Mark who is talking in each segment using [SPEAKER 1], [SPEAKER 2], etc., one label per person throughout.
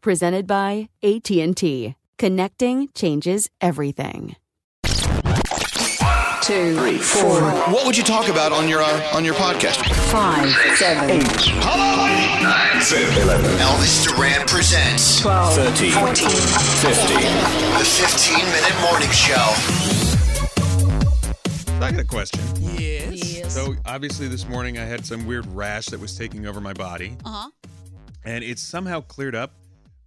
[SPEAKER 1] presented by AT&T. Connecting changes everything.
[SPEAKER 2] Two, three, four.
[SPEAKER 3] What would you talk about on your uh, on your podcast?
[SPEAKER 2] Five, seven, eight.
[SPEAKER 3] How about eight? Nine, seven, eleven. Elvis Duran presents
[SPEAKER 2] 12, 13, 14,
[SPEAKER 3] 15. The 15 minute morning show.
[SPEAKER 4] I got a question.
[SPEAKER 5] Yes. yes.
[SPEAKER 4] So obviously this morning I had some weird rash that was taking over my body,
[SPEAKER 5] Uh-huh.
[SPEAKER 4] and it's somehow cleared up.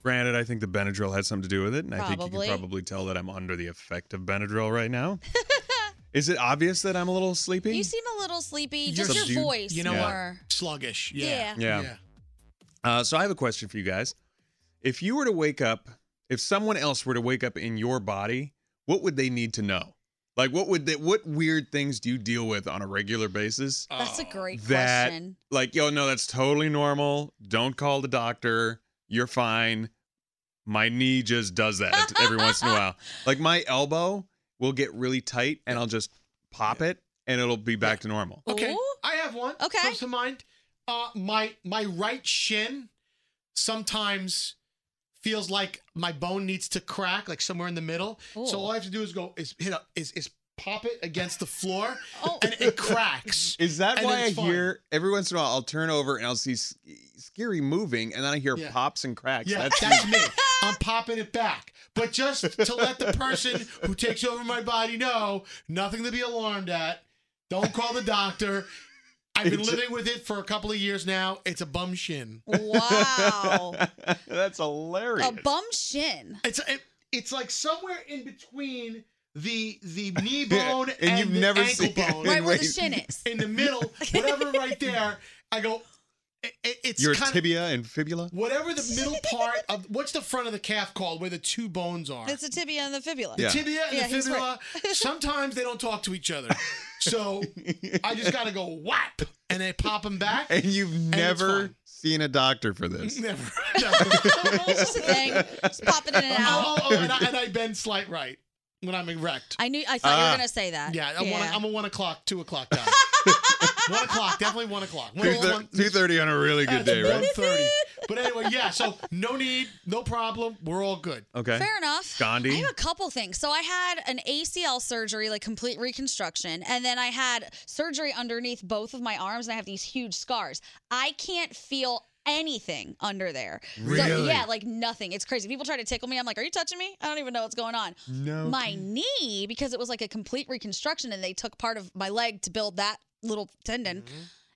[SPEAKER 4] Granted, I think the Benadryl had something to do with it, and I think you
[SPEAKER 5] Probably.
[SPEAKER 4] can probably tell that I'm under the effect of Benadryl right now. Is it obvious that I'm a little sleepy?
[SPEAKER 5] You seem a little sleepy.
[SPEAKER 4] You're
[SPEAKER 5] Just your
[SPEAKER 4] subdued.
[SPEAKER 5] voice.
[SPEAKER 4] You know what?
[SPEAKER 5] or-
[SPEAKER 2] Sluggish.
[SPEAKER 5] Yeah.
[SPEAKER 2] Yeah.
[SPEAKER 4] Yeah. Uh, so I have a question for you guys. If you were to wake up, if someone else were to wake up in your body, what would they need to know? Like, what would they, what weird things do you deal with on a regular basis?
[SPEAKER 5] That's a great
[SPEAKER 4] that,
[SPEAKER 5] question.
[SPEAKER 4] like, yo, no, that's totally normal. Don't call the doctor. You're fine. My knee just does that every once in a while. Like, my elbow will get really tight and I'll just pop it and it'll be back to normal.
[SPEAKER 2] Okay.
[SPEAKER 5] Ooh.
[SPEAKER 2] I have one.
[SPEAKER 5] Okay.
[SPEAKER 2] Comes to mind. Uh, my my right shin sometimes feels like my bone needs to crack, like somewhere in the middle. So
[SPEAKER 5] Ooh.
[SPEAKER 2] all I have to do is go is hit up is is pop it against the floor,
[SPEAKER 5] Oh.
[SPEAKER 2] and it cracks.
[SPEAKER 4] Is that
[SPEAKER 2] And
[SPEAKER 4] why I
[SPEAKER 2] it's fine.
[SPEAKER 4] hear every once in a while I'll turn over and I'll see S- Scary moving and then I hear
[SPEAKER 2] Yeah.
[SPEAKER 4] pops and cracks.
[SPEAKER 2] Yeah,
[SPEAKER 4] That's
[SPEAKER 2] that's,
[SPEAKER 4] me.
[SPEAKER 2] me. I'm popping it back. But just to let the person who takes over my body know, nothing to be alarmed at. Don't call the doctor. I've been
[SPEAKER 4] It's-
[SPEAKER 2] living with it for a couple of years now. It's a bum shin.
[SPEAKER 5] Wow.
[SPEAKER 4] That's hilarious.
[SPEAKER 5] a bum shin.
[SPEAKER 2] It's it, it's like somewhere in between the the knee bone
[SPEAKER 4] And
[SPEAKER 2] and,
[SPEAKER 4] you've
[SPEAKER 2] the
[SPEAKER 4] never
[SPEAKER 2] ankle
[SPEAKER 4] seen-
[SPEAKER 2] bone.
[SPEAKER 5] Right where the
[SPEAKER 4] wait.
[SPEAKER 5] shin is.
[SPEAKER 2] In the middle, whatever right there. I go. It, it- it's
[SPEAKER 4] Your
[SPEAKER 2] kind
[SPEAKER 4] tibia and fibula?
[SPEAKER 2] Of, whatever the middle part of what's the front of the calf called, where the two bones are.
[SPEAKER 5] It's a tibia and the fibula.
[SPEAKER 4] Yeah.
[SPEAKER 2] tibia and
[SPEAKER 5] Yeah,
[SPEAKER 2] the
[SPEAKER 5] he's
[SPEAKER 2] fibula. sometimes they don't talk to each other, so I just gotta go whap and then pop them back.
[SPEAKER 4] And you've
[SPEAKER 2] it's
[SPEAKER 4] never
[SPEAKER 2] fine.
[SPEAKER 4] seen a doctor for this.
[SPEAKER 2] Never.
[SPEAKER 5] It's just a thing. Just pop it in and out.
[SPEAKER 2] oh, oh, and, I, and I bend slight right.
[SPEAKER 4] when I'm erect.
[SPEAKER 5] I knew. I thought you
[SPEAKER 1] Ah.
[SPEAKER 5] were gonna say that.
[SPEAKER 4] Yeah, I'm, One, I'm a one o'clock, two o'clock guy. one o'clock, definitely one o'clock. One,
[SPEAKER 1] Two
[SPEAKER 4] one,
[SPEAKER 1] thirty on a really good day, right?
[SPEAKER 4] 1:30. But anyway, yeah. So no need, no problem. We're all good.
[SPEAKER 1] Okay.
[SPEAKER 5] Fair enough.
[SPEAKER 1] Gandhi?
[SPEAKER 5] I have a couple things. So I had an ACL surgery, like complete reconstruction, and then I had surgery underneath both of my arms, and I have these huge scars. I can't feel anything under there. So,
[SPEAKER 1] Really?
[SPEAKER 5] yeah, like nothing. It's crazy. People try to tickle me. I'm like, "Are you touching me? I don't even know what's going on."
[SPEAKER 1] No.
[SPEAKER 5] My knee, because it was like a complete reconstruction, and they took part of my leg to build that little tendon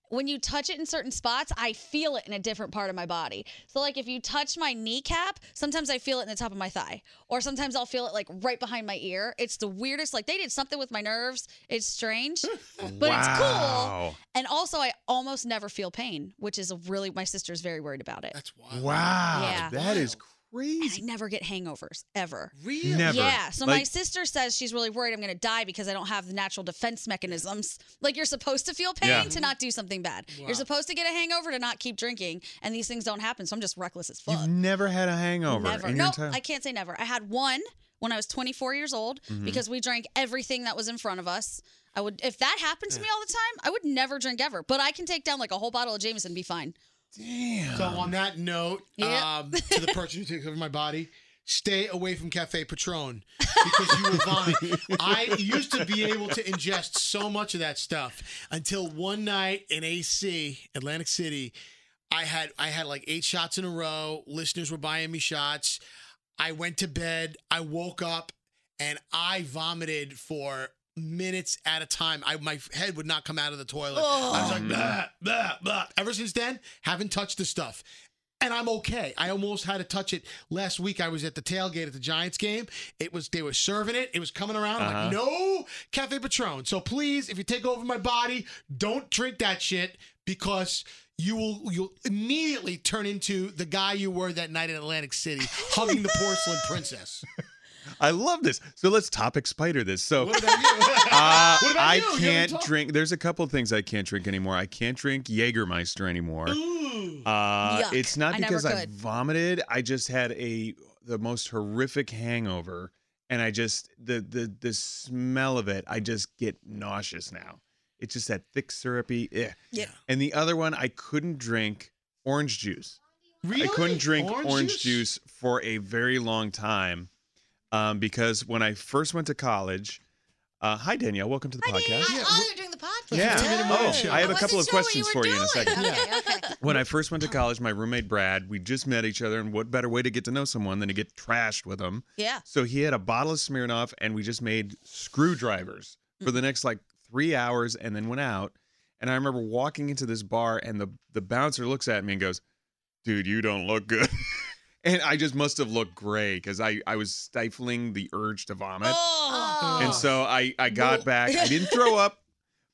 [SPEAKER 5] when you touch it in certain spots, I feel it in a different part of my body. So, like if you touch my kneecap, sometimes I feel it in the top of my thigh, or sometimes I'll feel it like right behind my ear. It's the weirdest. Like they did something with my nerves. It's strange, but it's cool.
[SPEAKER 1] wow.
[SPEAKER 5] And also, I almost never feel pain, which is a really my sister's very worried about it.
[SPEAKER 4] That's wild.
[SPEAKER 1] Wow.
[SPEAKER 5] Yeah.
[SPEAKER 1] That is
[SPEAKER 5] And I
[SPEAKER 1] crazy.
[SPEAKER 5] never get hangovers ever.
[SPEAKER 4] Really?
[SPEAKER 1] Never.
[SPEAKER 5] Yeah. So my
[SPEAKER 1] Like-
[SPEAKER 5] sister says she's really worried I'm going to die because I don't have the natural defense mechanisms. Like you're supposed to feel pain
[SPEAKER 1] Yeah.
[SPEAKER 5] to not do something bad.
[SPEAKER 4] Wow.
[SPEAKER 5] You're supposed to get a hangover to not keep drinking, and these things don't happen. So I'm just reckless as fuck.
[SPEAKER 1] You've never had a hangover
[SPEAKER 5] never.
[SPEAKER 1] in your
[SPEAKER 5] No,
[SPEAKER 1] entire
[SPEAKER 5] I can't say never. I had one when I was 24 years old
[SPEAKER 1] Mm-hmm.
[SPEAKER 5] because we drank everything that was in front of us. I would if that happened to me all the time, I would never drink ever. But I can take down like a whole bottle of Jameson and be fine.
[SPEAKER 1] Damn.
[SPEAKER 4] So on that note,
[SPEAKER 5] Yep.
[SPEAKER 4] um, to the person who takes over my body, stay away from Cafe Patron because you will vomit. I used to be able to ingest so much of that stuff until one night in AC, Atlantic City, I had I had like eight shots in a row. Listeners were buying me shots. I went to bed. I woke up and I vomited for minutes at a time. I my head would not come out of the toilet. I was like, blah, blah, blah. Ever since then, haven't touched the stuff. And I'm okay. I almost had to touch it last week. I was at the tailgate at the Giants game. It was they were serving it. It was coming around. I'm like, no Cafe Patron. So please, if you take over my body, don't drink that shit because you will you'll immediately turn into the guy you were that night in Atlantic City, hugging the porcelain princess.
[SPEAKER 1] I love this. So let's topic spider this. So
[SPEAKER 4] What about you?
[SPEAKER 1] Uh,
[SPEAKER 4] What about
[SPEAKER 1] I
[SPEAKER 4] you? You haven't
[SPEAKER 1] can't
[SPEAKER 4] talked-
[SPEAKER 1] drink. There's a couple things I can't drink anymore. I can't drink Jägermeister anymore. Uh,
[SPEAKER 5] Yuck.
[SPEAKER 1] it's not
[SPEAKER 5] I never
[SPEAKER 1] because I,
[SPEAKER 5] could.
[SPEAKER 1] vomited. I just had a the most horrific hangover, and I just the the the smell of it. I just get nauseous now. It's just that thick syrupy. eh.
[SPEAKER 5] Yeah.
[SPEAKER 1] And the other one, I couldn't drink orange juice. I couldn't drink orange, juice? for a very long time um, because when I first went to college, uh, hi Danielle, welcome to the podcast.
[SPEAKER 5] I, oh, you're doing the podcast.
[SPEAKER 1] Yeah.
[SPEAKER 4] Oh,
[SPEAKER 1] I have a
[SPEAKER 5] wasn't
[SPEAKER 1] couple of
[SPEAKER 5] sure what
[SPEAKER 1] questions
[SPEAKER 5] were
[SPEAKER 1] for you in a
[SPEAKER 5] doing.
[SPEAKER 1] second.
[SPEAKER 5] Okay, okay.
[SPEAKER 1] When I first went to college, my roommate Brad, we just met each other, and what better way to get to know someone than to get trashed with them?
[SPEAKER 5] Yeah.
[SPEAKER 1] So he had a bottle of Smirnoff, and we just made screwdrivers for
[SPEAKER 5] Mm-hmm.
[SPEAKER 1] the next like three hours, and then went out. And I remember walking into this bar, and the the bouncer looks at me and goes, "Dude, you don't look good." and I just must have looked gray because I I was stifling the urge to vomit.
[SPEAKER 5] Oh.
[SPEAKER 1] And so I I got back. I didn't throw up,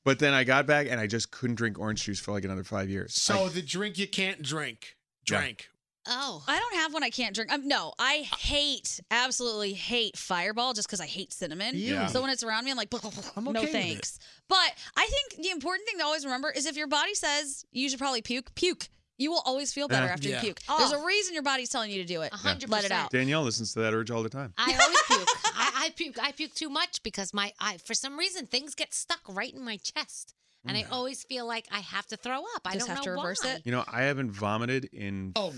[SPEAKER 1] but then I got back and I just couldn't drink orange juice for like another five years.
[SPEAKER 4] So
[SPEAKER 1] I-
[SPEAKER 4] the drink you can't drink.
[SPEAKER 1] Yeah.
[SPEAKER 4] Drink.
[SPEAKER 5] Oh, I don't have one I can't drink. Um, no, I hate, absolutely hate Fireball just because I hate cinnamon.
[SPEAKER 4] Yeah.
[SPEAKER 5] So when it's around me, I'm like,
[SPEAKER 4] I'm
[SPEAKER 5] no
[SPEAKER 4] okay with it.
[SPEAKER 5] thanks. But I think the important thing to always remember is if your body says you should probably puke, puke. You will always feel better
[SPEAKER 1] Yeah.
[SPEAKER 5] after
[SPEAKER 4] Yeah.
[SPEAKER 5] you puke. There's a reason your body's telling you to do it.
[SPEAKER 6] Oh. A hundred
[SPEAKER 5] Let it out.
[SPEAKER 1] Danielle listens to that urge all the time.
[SPEAKER 6] I always puke. I, I puke. I puke too much because my I for some reason things get stuck right in my chest, and
[SPEAKER 1] Mm.
[SPEAKER 6] I always feel like I have to throw up. I
[SPEAKER 5] Just
[SPEAKER 6] don't
[SPEAKER 5] have
[SPEAKER 6] know
[SPEAKER 5] to reverse
[SPEAKER 6] why.
[SPEAKER 5] it?
[SPEAKER 1] You know, I haven't vomited in
[SPEAKER 4] Oh,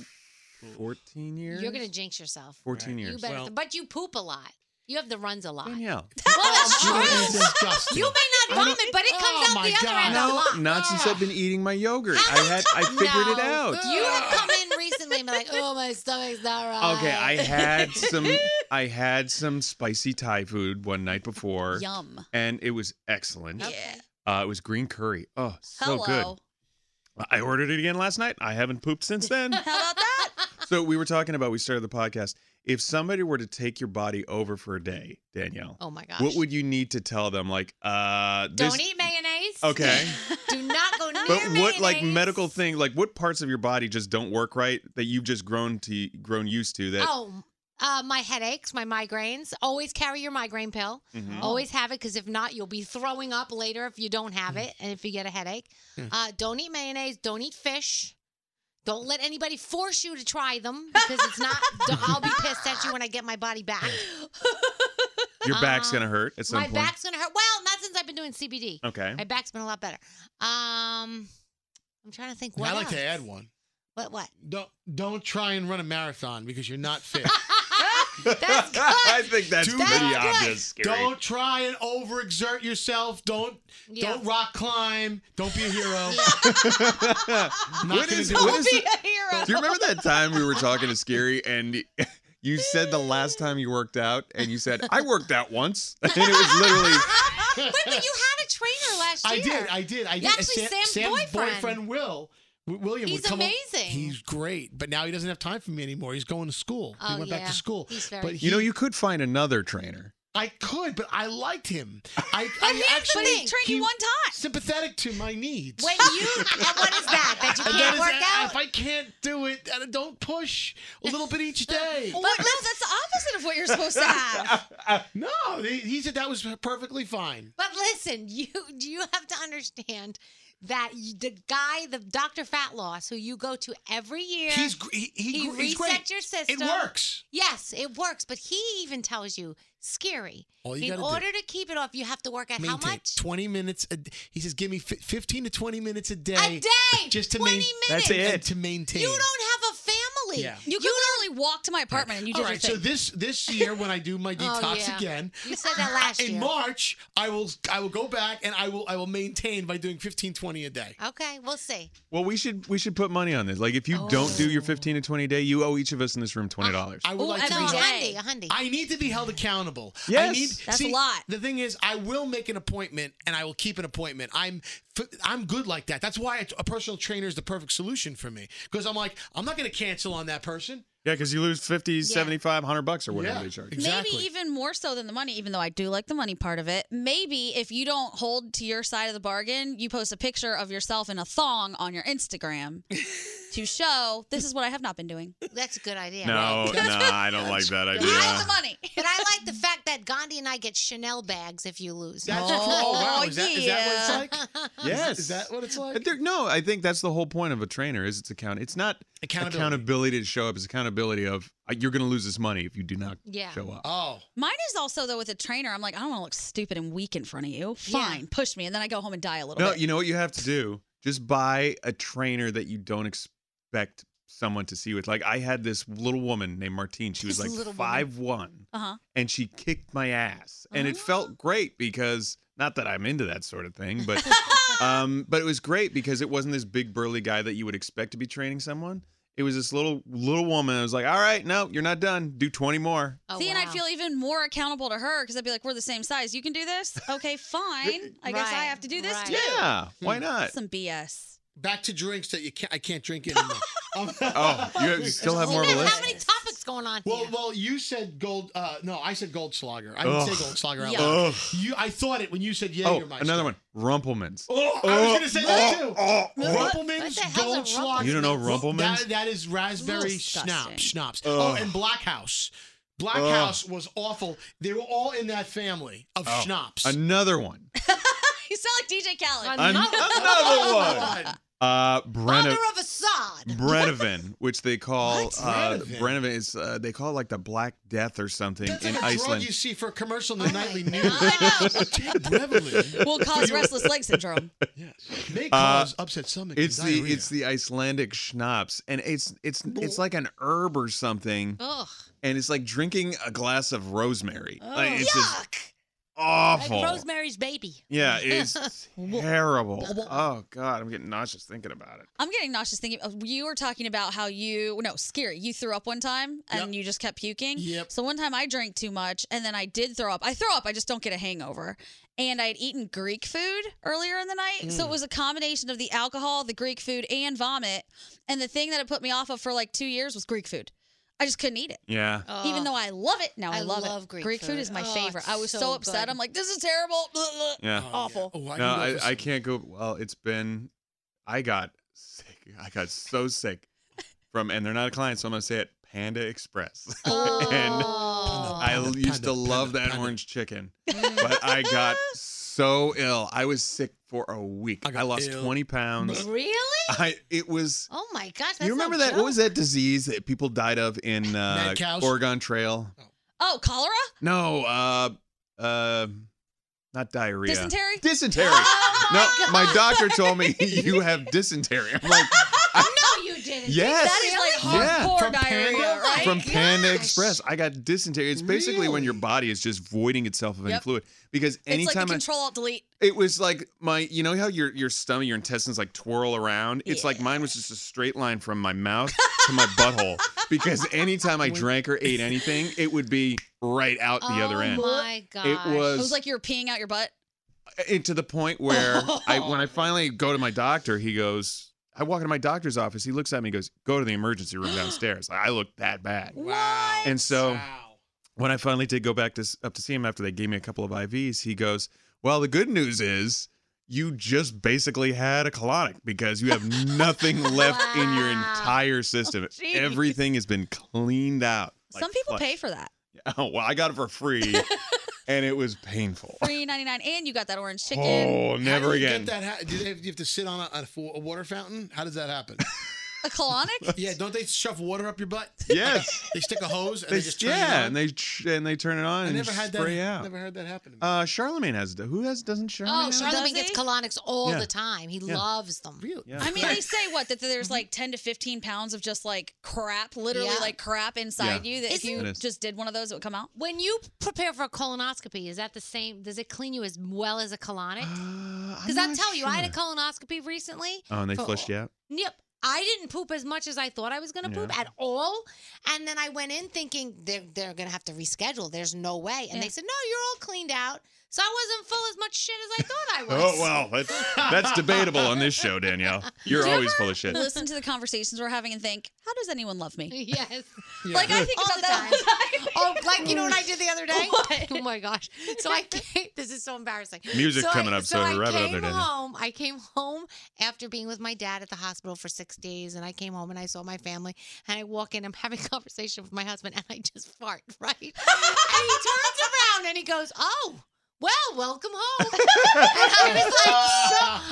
[SPEAKER 1] 14 years.
[SPEAKER 6] You're gonna jinx yourself.
[SPEAKER 1] 14
[SPEAKER 6] You
[SPEAKER 1] years.
[SPEAKER 6] better,
[SPEAKER 4] Well-
[SPEAKER 6] but you poop a lot. You have the runs a lot.
[SPEAKER 1] Danielle.
[SPEAKER 5] Oh,
[SPEAKER 6] Well, that's
[SPEAKER 4] you
[SPEAKER 6] true.
[SPEAKER 4] are disgusting.
[SPEAKER 6] You may not vomit, but it comes
[SPEAKER 4] Oh,
[SPEAKER 6] out
[SPEAKER 4] my
[SPEAKER 6] the other
[SPEAKER 4] God.
[SPEAKER 6] end a
[SPEAKER 1] No,
[SPEAKER 6] lot.
[SPEAKER 1] not since I've been eating my yogurt. I had I figured it
[SPEAKER 6] No.
[SPEAKER 1] out.
[SPEAKER 6] You have come in recently and been like, "Oh, my stomach's not right."
[SPEAKER 1] Okay, I had some I had some spicy Thai food one night before.
[SPEAKER 5] Yum.
[SPEAKER 1] And it was excellent.
[SPEAKER 5] Yeah.
[SPEAKER 1] Uh, it was green curry. Oh, so
[SPEAKER 5] Hello.
[SPEAKER 1] good. I ordered it again last night. I haven't pooped since then.
[SPEAKER 5] How about that?
[SPEAKER 1] so we were talking about we started the podcast. If somebody were to take your body over for a day, Danielle,
[SPEAKER 6] Oh my gosh.
[SPEAKER 1] what would you need to tell them? Like, uh, this,
[SPEAKER 6] Don't eat mayonnaise.
[SPEAKER 1] Okay,
[SPEAKER 6] Do not go near
[SPEAKER 1] but what like
[SPEAKER 6] mayonnaise.
[SPEAKER 1] medical thing? Like, what parts of your body just don't work right that you've just grown to grown used to? That
[SPEAKER 6] Oh, uh, my headaches, my migraines. Always carry your migraine pill.
[SPEAKER 1] Mhm.
[SPEAKER 6] Always have it because if not, you'll be throwing up later if you don't have
[SPEAKER 1] Mm-hmm.
[SPEAKER 6] it and if you get a headache.
[SPEAKER 1] Mm.
[SPEAKER 6] Uh, don't eat mayonnaise. Don't eat fish. Don't let anybody force you to try them because it's not. I'll be pissed at you when I get my body back.
[SPEAKER 1] Your back's gonna
[SPEAKER 6] Um,
[SPEAKER 1] hurt at some
[SPEAKER 6] my
[SPEAKER 1] point.
[SPEAKER 6] back's gonna hurt. Well, not since I've been doing CBD.
[SPEAKER 1] Okay.
[SPEAKER 6] My back's been a lot better. Um, I'm trying to think.
[SPEAKER 4] And
[SPEAKER 6] What
[SPEAKER 4] I like to
[SPEAKER 6] else.
[SPEAKER 4] add one.
[SPEAKER 6] What? What?
[SPEAKER 4] Don't don't try and run a marathon because you're not fit.
[SPEAKER 6] that's good.
[SPEAKER 1] I think that's
[SPEAKER 4] Dude,
[SPEAKER 1] pretty
[SPEAKER 4] that's good.
[SPEAKER 1] obvious. Scary.
[SPEAKER 4] Don't try and overexert yourself. Don't
[SPEAKER 6] Yeah.
[SPEAKER 4] don't rock climb. Don't be a hero. Not
[SPEAKER 1] What
[SPEAKER 4] gonna
[SPEAKER 1] is-
[SPEAKER 4] do
[SPEAKER 1] what
[SPEAKER 4] it.
[SPEAKER 1] is
[SPEAKER 5] Be a hero.
[SPEAKER 1] Do you remember that time we were talking to Scary and you said the last time you worked out and you said, I worked out once. And it was literally
[SPEAKER 6] Wait, but you had a trainer last year.
[SPEAKER 4] I did. I did. I did.
[SPEAKER 6] Actually, Sam's boyfriend.
[SPEAKER 4] Will. W- William
[SPEAKER 6] He's
[SPEAKER 4] would come o-
[SPEAKER 6] amazing.
[SPEAKER 4] he's great, but now he doesn't have time for me anymore. He's going to school.
[SPEAKER 6] Oh,
[SPEAKER 4] he went back
[SPEAKER 6] yeah.
[SPEAKER 4] to school.
[SPEAKER 6] He's very-
[SPEAKER 4] but he,
[SPEAKER 1] You know, you could find another trainer.
[SPEAKER 4] I could, but I liked him. I, I
[SPEAKER 6] here's the
[SPEAKER 4] actually
[SPEAKER 6] thing.
[SPEAKER 5] Trained you
[SPEAKER 4] he-
[SPEAKER 5] one time.
[SPEAKER 4] Sympathetic to my needs.
[SPEAKER 6] When you and what is that? That you
[SPEAKER 4] And
[SPEAKER 6] can't
[SPEAKER 4] that is-
[SPEAKER 6] work out.
[SPEAKER 4] If I can't do it, then don't push a little bit each day.
[SPEAKER 6] Oh.
[SPEAKER 4] Uh,
[SPEAKER 5] But no, that's the opposite of what you're supposed to have.
[SPEAKER 4] no, he he said that was perfectly fine.
[SPEAKER 6] But listen, you you have to understand that you, the guy, the Dr. Fat Loss, who you go to every year,
[SPEAKER 4] He's gr- he, he,
[SPEAKER 6] He
[SPEAKER 4] gr- he's great.
[SPEAKER 6] reset your system.
[SPEAKER 4] It works.
[SPEAKER 6] yes, it works. But he even tells you, scary.
[SPEAKER 4] All you
[SPEAKER 6] In
[SPEAKER 4] gotta do-
[SPEAKER 6] order to keep it off, you have to work out how
[SPEAKER 4] Maintain
[SPEAKER 6] much?
[SPEAKER 4] 20 minutes. A, d- he says, give me fi 15 to 20 minutes a day.
[SPEAKER 6] A day.
[SPEAKER 4] Just to
[SPEAKER 6] 20
[SPEAKER 4] main-
[SPEAKER 6] minutes.
[SPEAKER 1] That's it.
[SPEAKER 4] and to maintain.
[SPEAKER 6] You don't have a family.
[SPEAKER 4] Yeah.
[SPEAKER 5] You could literally walk to my apartment and you did
[SPEAKER 4] All right,
[SPEAKER 5] your
[SPEAKER 4] so
[SPEAKER 5] thing.
[SPEAKER 4] this this year when I do my detox
[SPEAKER 6] Oh, yeah.
[SPEAKER 4] again,
[SPEAKER 6] You said that last
[SPEAKER 4] in
[SPEAKER 6] year.
[SPEAKER 4] March, I will I will go back and I will I will maintain by doing 15 20 a day.
[SPEAKER 6] Okay, we'll see.
[SPEAKER 1] Well, we should we should put money on this. Like if you don't do your 15 to 20 day, you owe each of us in this room $20.
[SPEAKER 4] I would
[SPEAKER 5] Ooh,
[SPEAKER 4] like
[SPEAKER 5] I
[SPEAKER 4] to
[SPEAKER 5] know.
[SPEAKER 4] be
[SPEAKER 6] No, Oh, a
[SPEAKER 5] day.
[SPEAKER 6] hundy, a hundy.
[SPEAKER 4] I need to be held accountable. I
[SPEAKER 1] Yes.
[SPEAKER 4] need,
[SPEAKER 5] That's
[SPEAKER 4] see,
[SPEAKER 5] a lot.
[SPEAKER 4] The thing is, I will make an appointment and I will keep an appointment. I'm f- I'm good like that. That's why a, a personal trainer is the perfect solution for me because I'm like I'm not going to cancel on that person.
[SPEAKER 1] yeah, because you lose 50, 75, 100 bucks or whatever
[SPEAKER 4] Yeah.
[SPEAKER 1] they charge.
[SPEAKER 4] Exactly.
[SPEAKER 5] Maybe even more so than the money, even though I do like the money part of it. Maybe if you don't hold to your side of the bargain, you post a picture of yourself in a thong on your Instagram to show this is what I have not been doing.
[SPEAKER 6] That's a good idea.
[SPEAKER 1] No, no, I don't like that idea.
[SPEAKER 5] I have the money.
[SPEAKER 6] But I like the fact that Gandhi and I get Chanel bags if you lose.
[SPEAKER 4] That's oh, wow. Is, that, is that what
[SPEAKER 5] yeah.
[SPEAKER 4] it's like?
[SPEAKER 1] Yes.
[SPEAKER 4] Is that what it's
[SPEAKER 1] I
[SPEAKER 4] like?
[SPEAKER 1] think- no, I think that's the whole point of a trainer is it's account. It's not
[SPEAKER 4] Accountability.
[SPEAKER 1] accountability to show up. It's accountability of uh, you're going to lose this money if you do not
[SPEAKER 6] Yeah.
[SPEAKER 1] show up.
[SPEAKER 4] Oh,
[SPEAKER 5] Mine is also though with a trainer. I'm like, I don't want to look stupid and weak in front of you. Fine, push me, and then I go home and die a little
[SPEAKER 1] No,
[SPEAKER 5] bit.
[SPEAKER 1] you know what you have to do? Just buy a trainer that you don't expect someone to see you with. Like I had this little woman named Martine. She was
[SPEAKER 6] This
[SPEAKER 1] like
[SPEAKER 6] little woman.
[SPEAKER 1] five one,
[SPEAKER 5] Uh huh.
[SPEAKER 1] and she kicked my ass, and it felt great because not that I'm into that sort of thing, but um, but it was great because it wasn't this big burly guy that you would expect to be training someone. It was this little little woman. I was like, all right, no, you're not done. Do twenty more.
[SPEAKER 6] Oh,
[SPEAKER 5] See, and I'd
[SPEAKER 6] wow.
[SPEAKER 5] feel even more accountable to her because I'd be like, we're the same size. You can do this? Okay, fine. I guess I
[SPEAKER 6] Right,
[SPEAKER 5] have to do this
[SPEAKER 6] right.
[SPEAKER 5] too.
[SPEAKER 1] Yeah, why not?
[SPEAKER 5] Some BS.
[SPEAKER 4] Hmm. back to drinks that you can't. I can't drink anymore. Um,
[SPEAKER 1] Oh, you still have
[SPEAKER 6] Look
[SPEAKER 1] more of a
[SPEAKER 6] at
[SPEAKER 1] list.
[SPEAKER 6] How many topics going on
[SPEAKER 4] Well,
[SPEAKER 6] here?
[SPEAKER 4] well, you said gold. Uh, no, I said gold slogger. I didn't
[SPEAKER 1] Ugh.
[SPEAKER 4] say gold slogger out
[SPEAKER 5] Yeah.
[SPEAKER 4] loud. You, I thought it when you said yeah.
[SPEAKER 1] oh,
[SPEAKER 4] you're my
[SPEAKER 1] another one. Oh, Rumpelmans.
[SPEAKER 4] Oh, I was gonna say that too.
[SPEAKER 6] What- what
[SPEAKER 4] Rumpelman's
[SPEAKER 6] the hell's a
[SPEAKER 4] gold slogger.
[SPEAKER 1] You don't know Rumpelmann's?
[SPEAKER 4] That, that is raspberry
[SPEAKER 5] Disgusting.
[SPEAKER 4] schnapps. Schnapps. Oh, and Black House. Black
[SPEAKER 1] Ugh.
[SPEAKER 4] House was awful. They were all in that family of
[SPEAKER 1] Oh,
[SPEAKER 4] schnapps.
[SPEAKER 1] Another one.
[SPEAKER 5] You sound like DJ Khaled.
[SPEAKER 1] An- another one. Uh, Breno-
[SPEAKER 6] Honor of Assad.
[SPEAKER 1] Brenovan, which they call
[SPEAKER 4] What?
[SPEAKER 1] uh,
[SPEAKER 4] Brenovan?
[SPEAKER 1] Brenovan is uh, they call it like the Black Death or something
[SPEAKER 4] That's
[SPEAKER 1] in
[SPEAKER 4] like a drug
[SPEAKER 1] Iceland.
[SPEAKER 4] you see for a commercial
[SPEAKER 6] Oh
[SPEAKER 4] in the nightly news. Brevely.
[SPEAKER 5] Will cause restless leg syndrome.
[SPEAKER 4] Yes. May cause upset stomach. and
[SPEAKER 1] Uh, it's the
[SPEAKER 4] diarrhea.
[SPEAKER 1] it's the Icelandic schnapps, and it's it's it's like an herb or something,
[SPEAKER 6] Ugh.
[SPEAKER 1] and it's like drinking a glass of rosemary. Like, it's just
[SPEAKER 6] Yuck. Like
[SPEAKER 1] awful.
[SPEAKER 6] Rosemary's Baby.
[SPEAKER 1] yeah, it's terrible. Oh God, I'm getting nauseous thinking about it.
[SPEAKER 5] I'm getting nauseous thinking. of- You were talking about how you, no, scary. You threw up one time and
[SPEAKER 4] Yep.
[SPEAKER 5] you just kept puking.
[SPEAKER 4] Yep.
[SPEAKER 5] So one time I drank too much and then I did throw up. I throw up, I just don't get a hangover. And I had eaten Greek food earlier in the night. So
[SPEAKER 6] Mm.
[SPEAKER 5] it was a combination of the alcohol, the Greek food, and vomit. And the thing that it put me off of for like two years was Greek food. I just couldn't eat it.
[SPEAKER 1] Yeah.
[SPEAKER 5] Even though I love it, now Oh. I,
[SPEAKER 6] I
[SPEAKER 5] love,
[SPEAKER 6] love
[SPEAKER 5] it.
[SPEAKER 6] Greek
[SPEAKER 5] Greek food
[SPEAKER 6] food.
[SPEAKER 5] is my
[SPEAKER 6] Oh,
[SPEAKER 5] favorite.
[SPEAKER 6] it's
[SPEAKER 5] I was so,
[SPEAKER 6] so
[SPEAKER 5] upset.
[SPEAKER 6] good.
[SPEAKER 5] I'm like, this is terrible. Blah, blah.
[SPEAKER 1] Yeah.
[SPEAKER 5] Awful.
[SPEAKER 4] Oh,
[SPEAKER 1] No,
[SPEAKER 4] I can go for
[SPEAKER 1] I, I
[SPEAKER 4] some.
[SPEAKER 1] can't go. Well, it's been. I got sick. I got so sick from, and they're not a client, so I'm gonna say it. Panda Express. and I
[SPEAKER 4] Panda,
[SPEAKER 1] used
[SPEAKER 4] panda,
[SPEAKER 1] to love
[SPEAKER 4] panda,
[SPEAKER 1] that
[SPEAKER 4] panda.
[SPEAKER 1] orange chicken, but I got so ill. I was sick for a week.
[SPEAKER 4] I
[SPEAKER 1] I,
[SPEAKER 4] got
[SPEAKER 1] lost
[SPEAKER 4] ill.
[SPEAKER 1] 20
[SPEAKER 5] Oh.
[SPEAKER 1] pounds.
[SPEAKER 6] Really?
[SPEAKER 1] I it was.
[SPEAKER 6] Oh my gosh. That's
[SPEAKER 1] you remember that? What was that disease that people died of in uh,
[SPEAKER 4] cows?
[SPEAKER 1] Oregon Trail?
[SPEAKER 5] Oh, cholera?
[SPEAKER 1] No, uh, uh, not diarrhea.
[SPEAKER 5] Dysentery?
[SPEAKER 1] Dysentery.
[SPEAKER 5] Oh
[SPEAKER 1] no,
[SPEAKER 5] my
[SPEAKER 1] my
[SPEAKER 5] God.
[SPEAKER 1] doctor told me you have dysentery. I'm like,
[SPEAKER 5] no, you didn't.
[SPEAKER 1] Yes.
[SPEAKER 5] That is like
[SPEAKER 1] Yeah.
[SPEAKER 5] hardcore
[SPEAKER 1] From
[SPEAKER 5] diarrhea,
[SPEAKER 1] Panda-
[SPEAKER 5] right?
[SPEAKER 1] from Panda Express. I got dysentery. It's basically when your body is just voiding itself of any
[SPEAKER 5] Yep.
[SPEAKER 1] fluid. Because anytime
[SPEAKER 5] it's like the
[SPEAKER 1] I-
[SPEAKER 5] control alt delete.
[SPEAKER 1] it was like my, you know how your your stomach, your intestines like twirl around. It's like mine was just a straight line from my mouth to my butthole because anytime I drank or ate anything, it would be right out the other end.
[SPEAKER 5] Oh my gosh.
[SPEAKER 1] It was,
[SPEAKER 5] it was like you were peeing out your butt.
[SPEAKER 1] it- to the point where I, when I finally go to my doctor, he goes. I walk into my doctor's office. He looks at me. and goes, "Go to the emergency room downstairs." Like, I look that bad.
[SPEAKER 5] Wow.
[SPEAKER 1] And so when I finally did go back to s- up to see him after they gave me a couple of IVs, he goes, "Well, the good news is you just basically had a colonic because you have nothing left in your entire system.
[SPEAKER 5] jeez.
[SPEAKER 1] Everything has been cleaned out." Like,
[SPEAKER 5] Some people
[SPEAKER 1] like-
[SPEAKER 5] pay for that.
[SPEAKER 1] Oh, well, I got it for free, and it was painful.
[SPEAKER 5] Three ninety nine, and you got that orange chicken.
[SPEAKER 1] Oh, never
[SPEAKER 4] How do you
[SPEAKER 1] again.
[SPEAKER 4] Get that ha- do, they have, do you have to sit on a, a, fo- a water fountain? How does that happen?
[SPEAKER 5] A colonic?
[SPEAKER 4] yeah, don't they shove water up your butt?
[SPEAKER 1] Yes.
[SPEAKER 4] They stick a hose and
[SPEAKER 1] They-
[SPEAKER 4] they, just turn
[SPEAKER 1] yeah,
[SPEAKER 4] it on.
[SPEAKER 1] and they tr- and they turn it on
[SPEAKER 4] I
[SPEAKER 1] and
[SPEAKER 4] never had that.
[SPEAKER 1] spray out.
[SPEAKER 4] Never heard that happen.
[SPEAKER 1] Uh, Charlemagne has who has doesn't
[SPEAKER 6] Oh,
[SPEAKER 1] Charlemagne? have it?
[SPEAKER 6] Charlemagne gets colonics all
[SPEAKER 1] Yeah.
[SPEAKER 6] the time. He
[SPEAKER 1] Yeah.
[SPEAKER 6] loves them.
[SPEAKER 4] Really?
[SPEAKER 1] Yeah.
[SPEAKER 5] I mean, they say what that there's like ten to fifteen pounds of just like crap, literally
[SPEAKER 6] Yeah.
[SPEAKER 5] like crap inside
[SPEAKER 1] Yeah.
[SPEAKER 5] you. That if
[SPEAKER 6] Isn't-
[SPEAKER 1] It
[SPEAKER 5] you
[SPEAKER 1] is.
[SPEAKER 5] just did one of those, it would come out.
[SPEAKER 6] When you prepare for a colonoscopy, is that the same? Does it clean you as well as a colonic?
[SPEAKER 1] Uh,
[SPEAKER 6] Because I'll tell you, I had a colonoscopy recently.
[SPEAKER 1] Oh, and they
[SPEAKER 6] for-
[SPEAKER 1] flushed you out.
[SPEAKER 6] Yep. I didn't poop as much as I thought I was going to poop
[SPEAKER 1] Yeah.
[SPEAKER 6] at all. And then I went in thinking they're, they're going to have to reschedule. There's no way. And they said, no, you're all cleaned out. So I wasn't full as much shit as I thought I was.
[SPEAKER 1] Oh well, that's that's debatable on this show, Danielle. You're always full of shit.
[SPEAKER 5] Listen to the conversations we're having and think, how does anyone love me?
[SPEAKER 6] Yes.
[SPEAKER 5] Like I think
[SPEAKER 6] All
[SPEAKER 5] about
[SPEAKER 6] the
[SPEAKER 5] that.
[SPEAKER 6] time. Oh, like you know what I did the other day? Oh my gosh! So I came. This is so embarrassing.
[SPEAKER 1] Music
[SPEAKER 6] So I-
[SPEAKER 1] coming up, so
[SPEAKER 6] I
[SPEAKER 1] wrap it up
[SPEAKER 6] came
[SPEAKER 1] there, Danielle.
[SPEAKER 6] home. I came home after being with my dad at the hospital for six days, and I came home and I saw my family. And I walk in. I'm having a conversation with my husband, and I just fart right. and he turns around and he goes, "Oh." Well, welcome home. and I was like, so,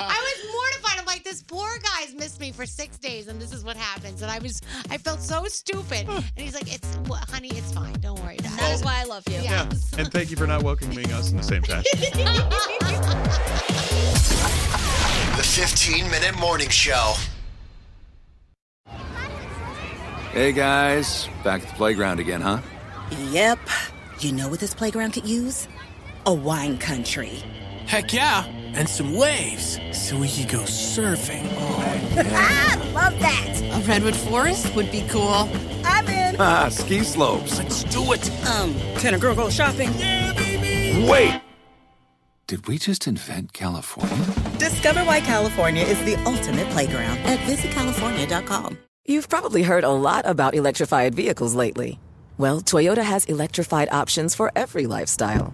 [SPEAKER 6] I was mortified. I'm like, this poor guy's missed me for six days, and this is what happens. And I was, I felt so stupid. And he's like, it's, well, honey, it's fine. Don't worry. About
[SPEAKER 5] That
[SPEAKER 6] it.
[SPEAKER 5] is why I love you.
[SPEAKER 6] Yeah.
[SPEAKER 1] And thank you for not welcoming us in the same fashion.
[SPEAKER 2] The 15 minute morning show.
[SPEAKER 7] Hey guys, back at the playground again, huh?
[SPEAKER 8] Yep. You know what this playground could use? A wine country.
[SPEAKER 9] Heck yeah, and some waves so we could go surfing.
[SPEAKER 8] Ah, love that. A redwood forest would be cool. I'm in.
[SPEAKER 7] Ah, ski slopes.
[SPEAKER 9] Let's do it.
[SPEAKER 8] Um, can a girl go shopping? Yeah, baby.
[SPEAKER 7] Wait! Did we just invent California?
[SPEAKER 8] Discover why California is the ultimate playground at visitcalifornia.com.
[SPEAKER 10] You've probably heard a lot about electrified vehicles lately. Well, Toyota has electrified options for every lifestyle.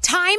[SPEAKER 6] Time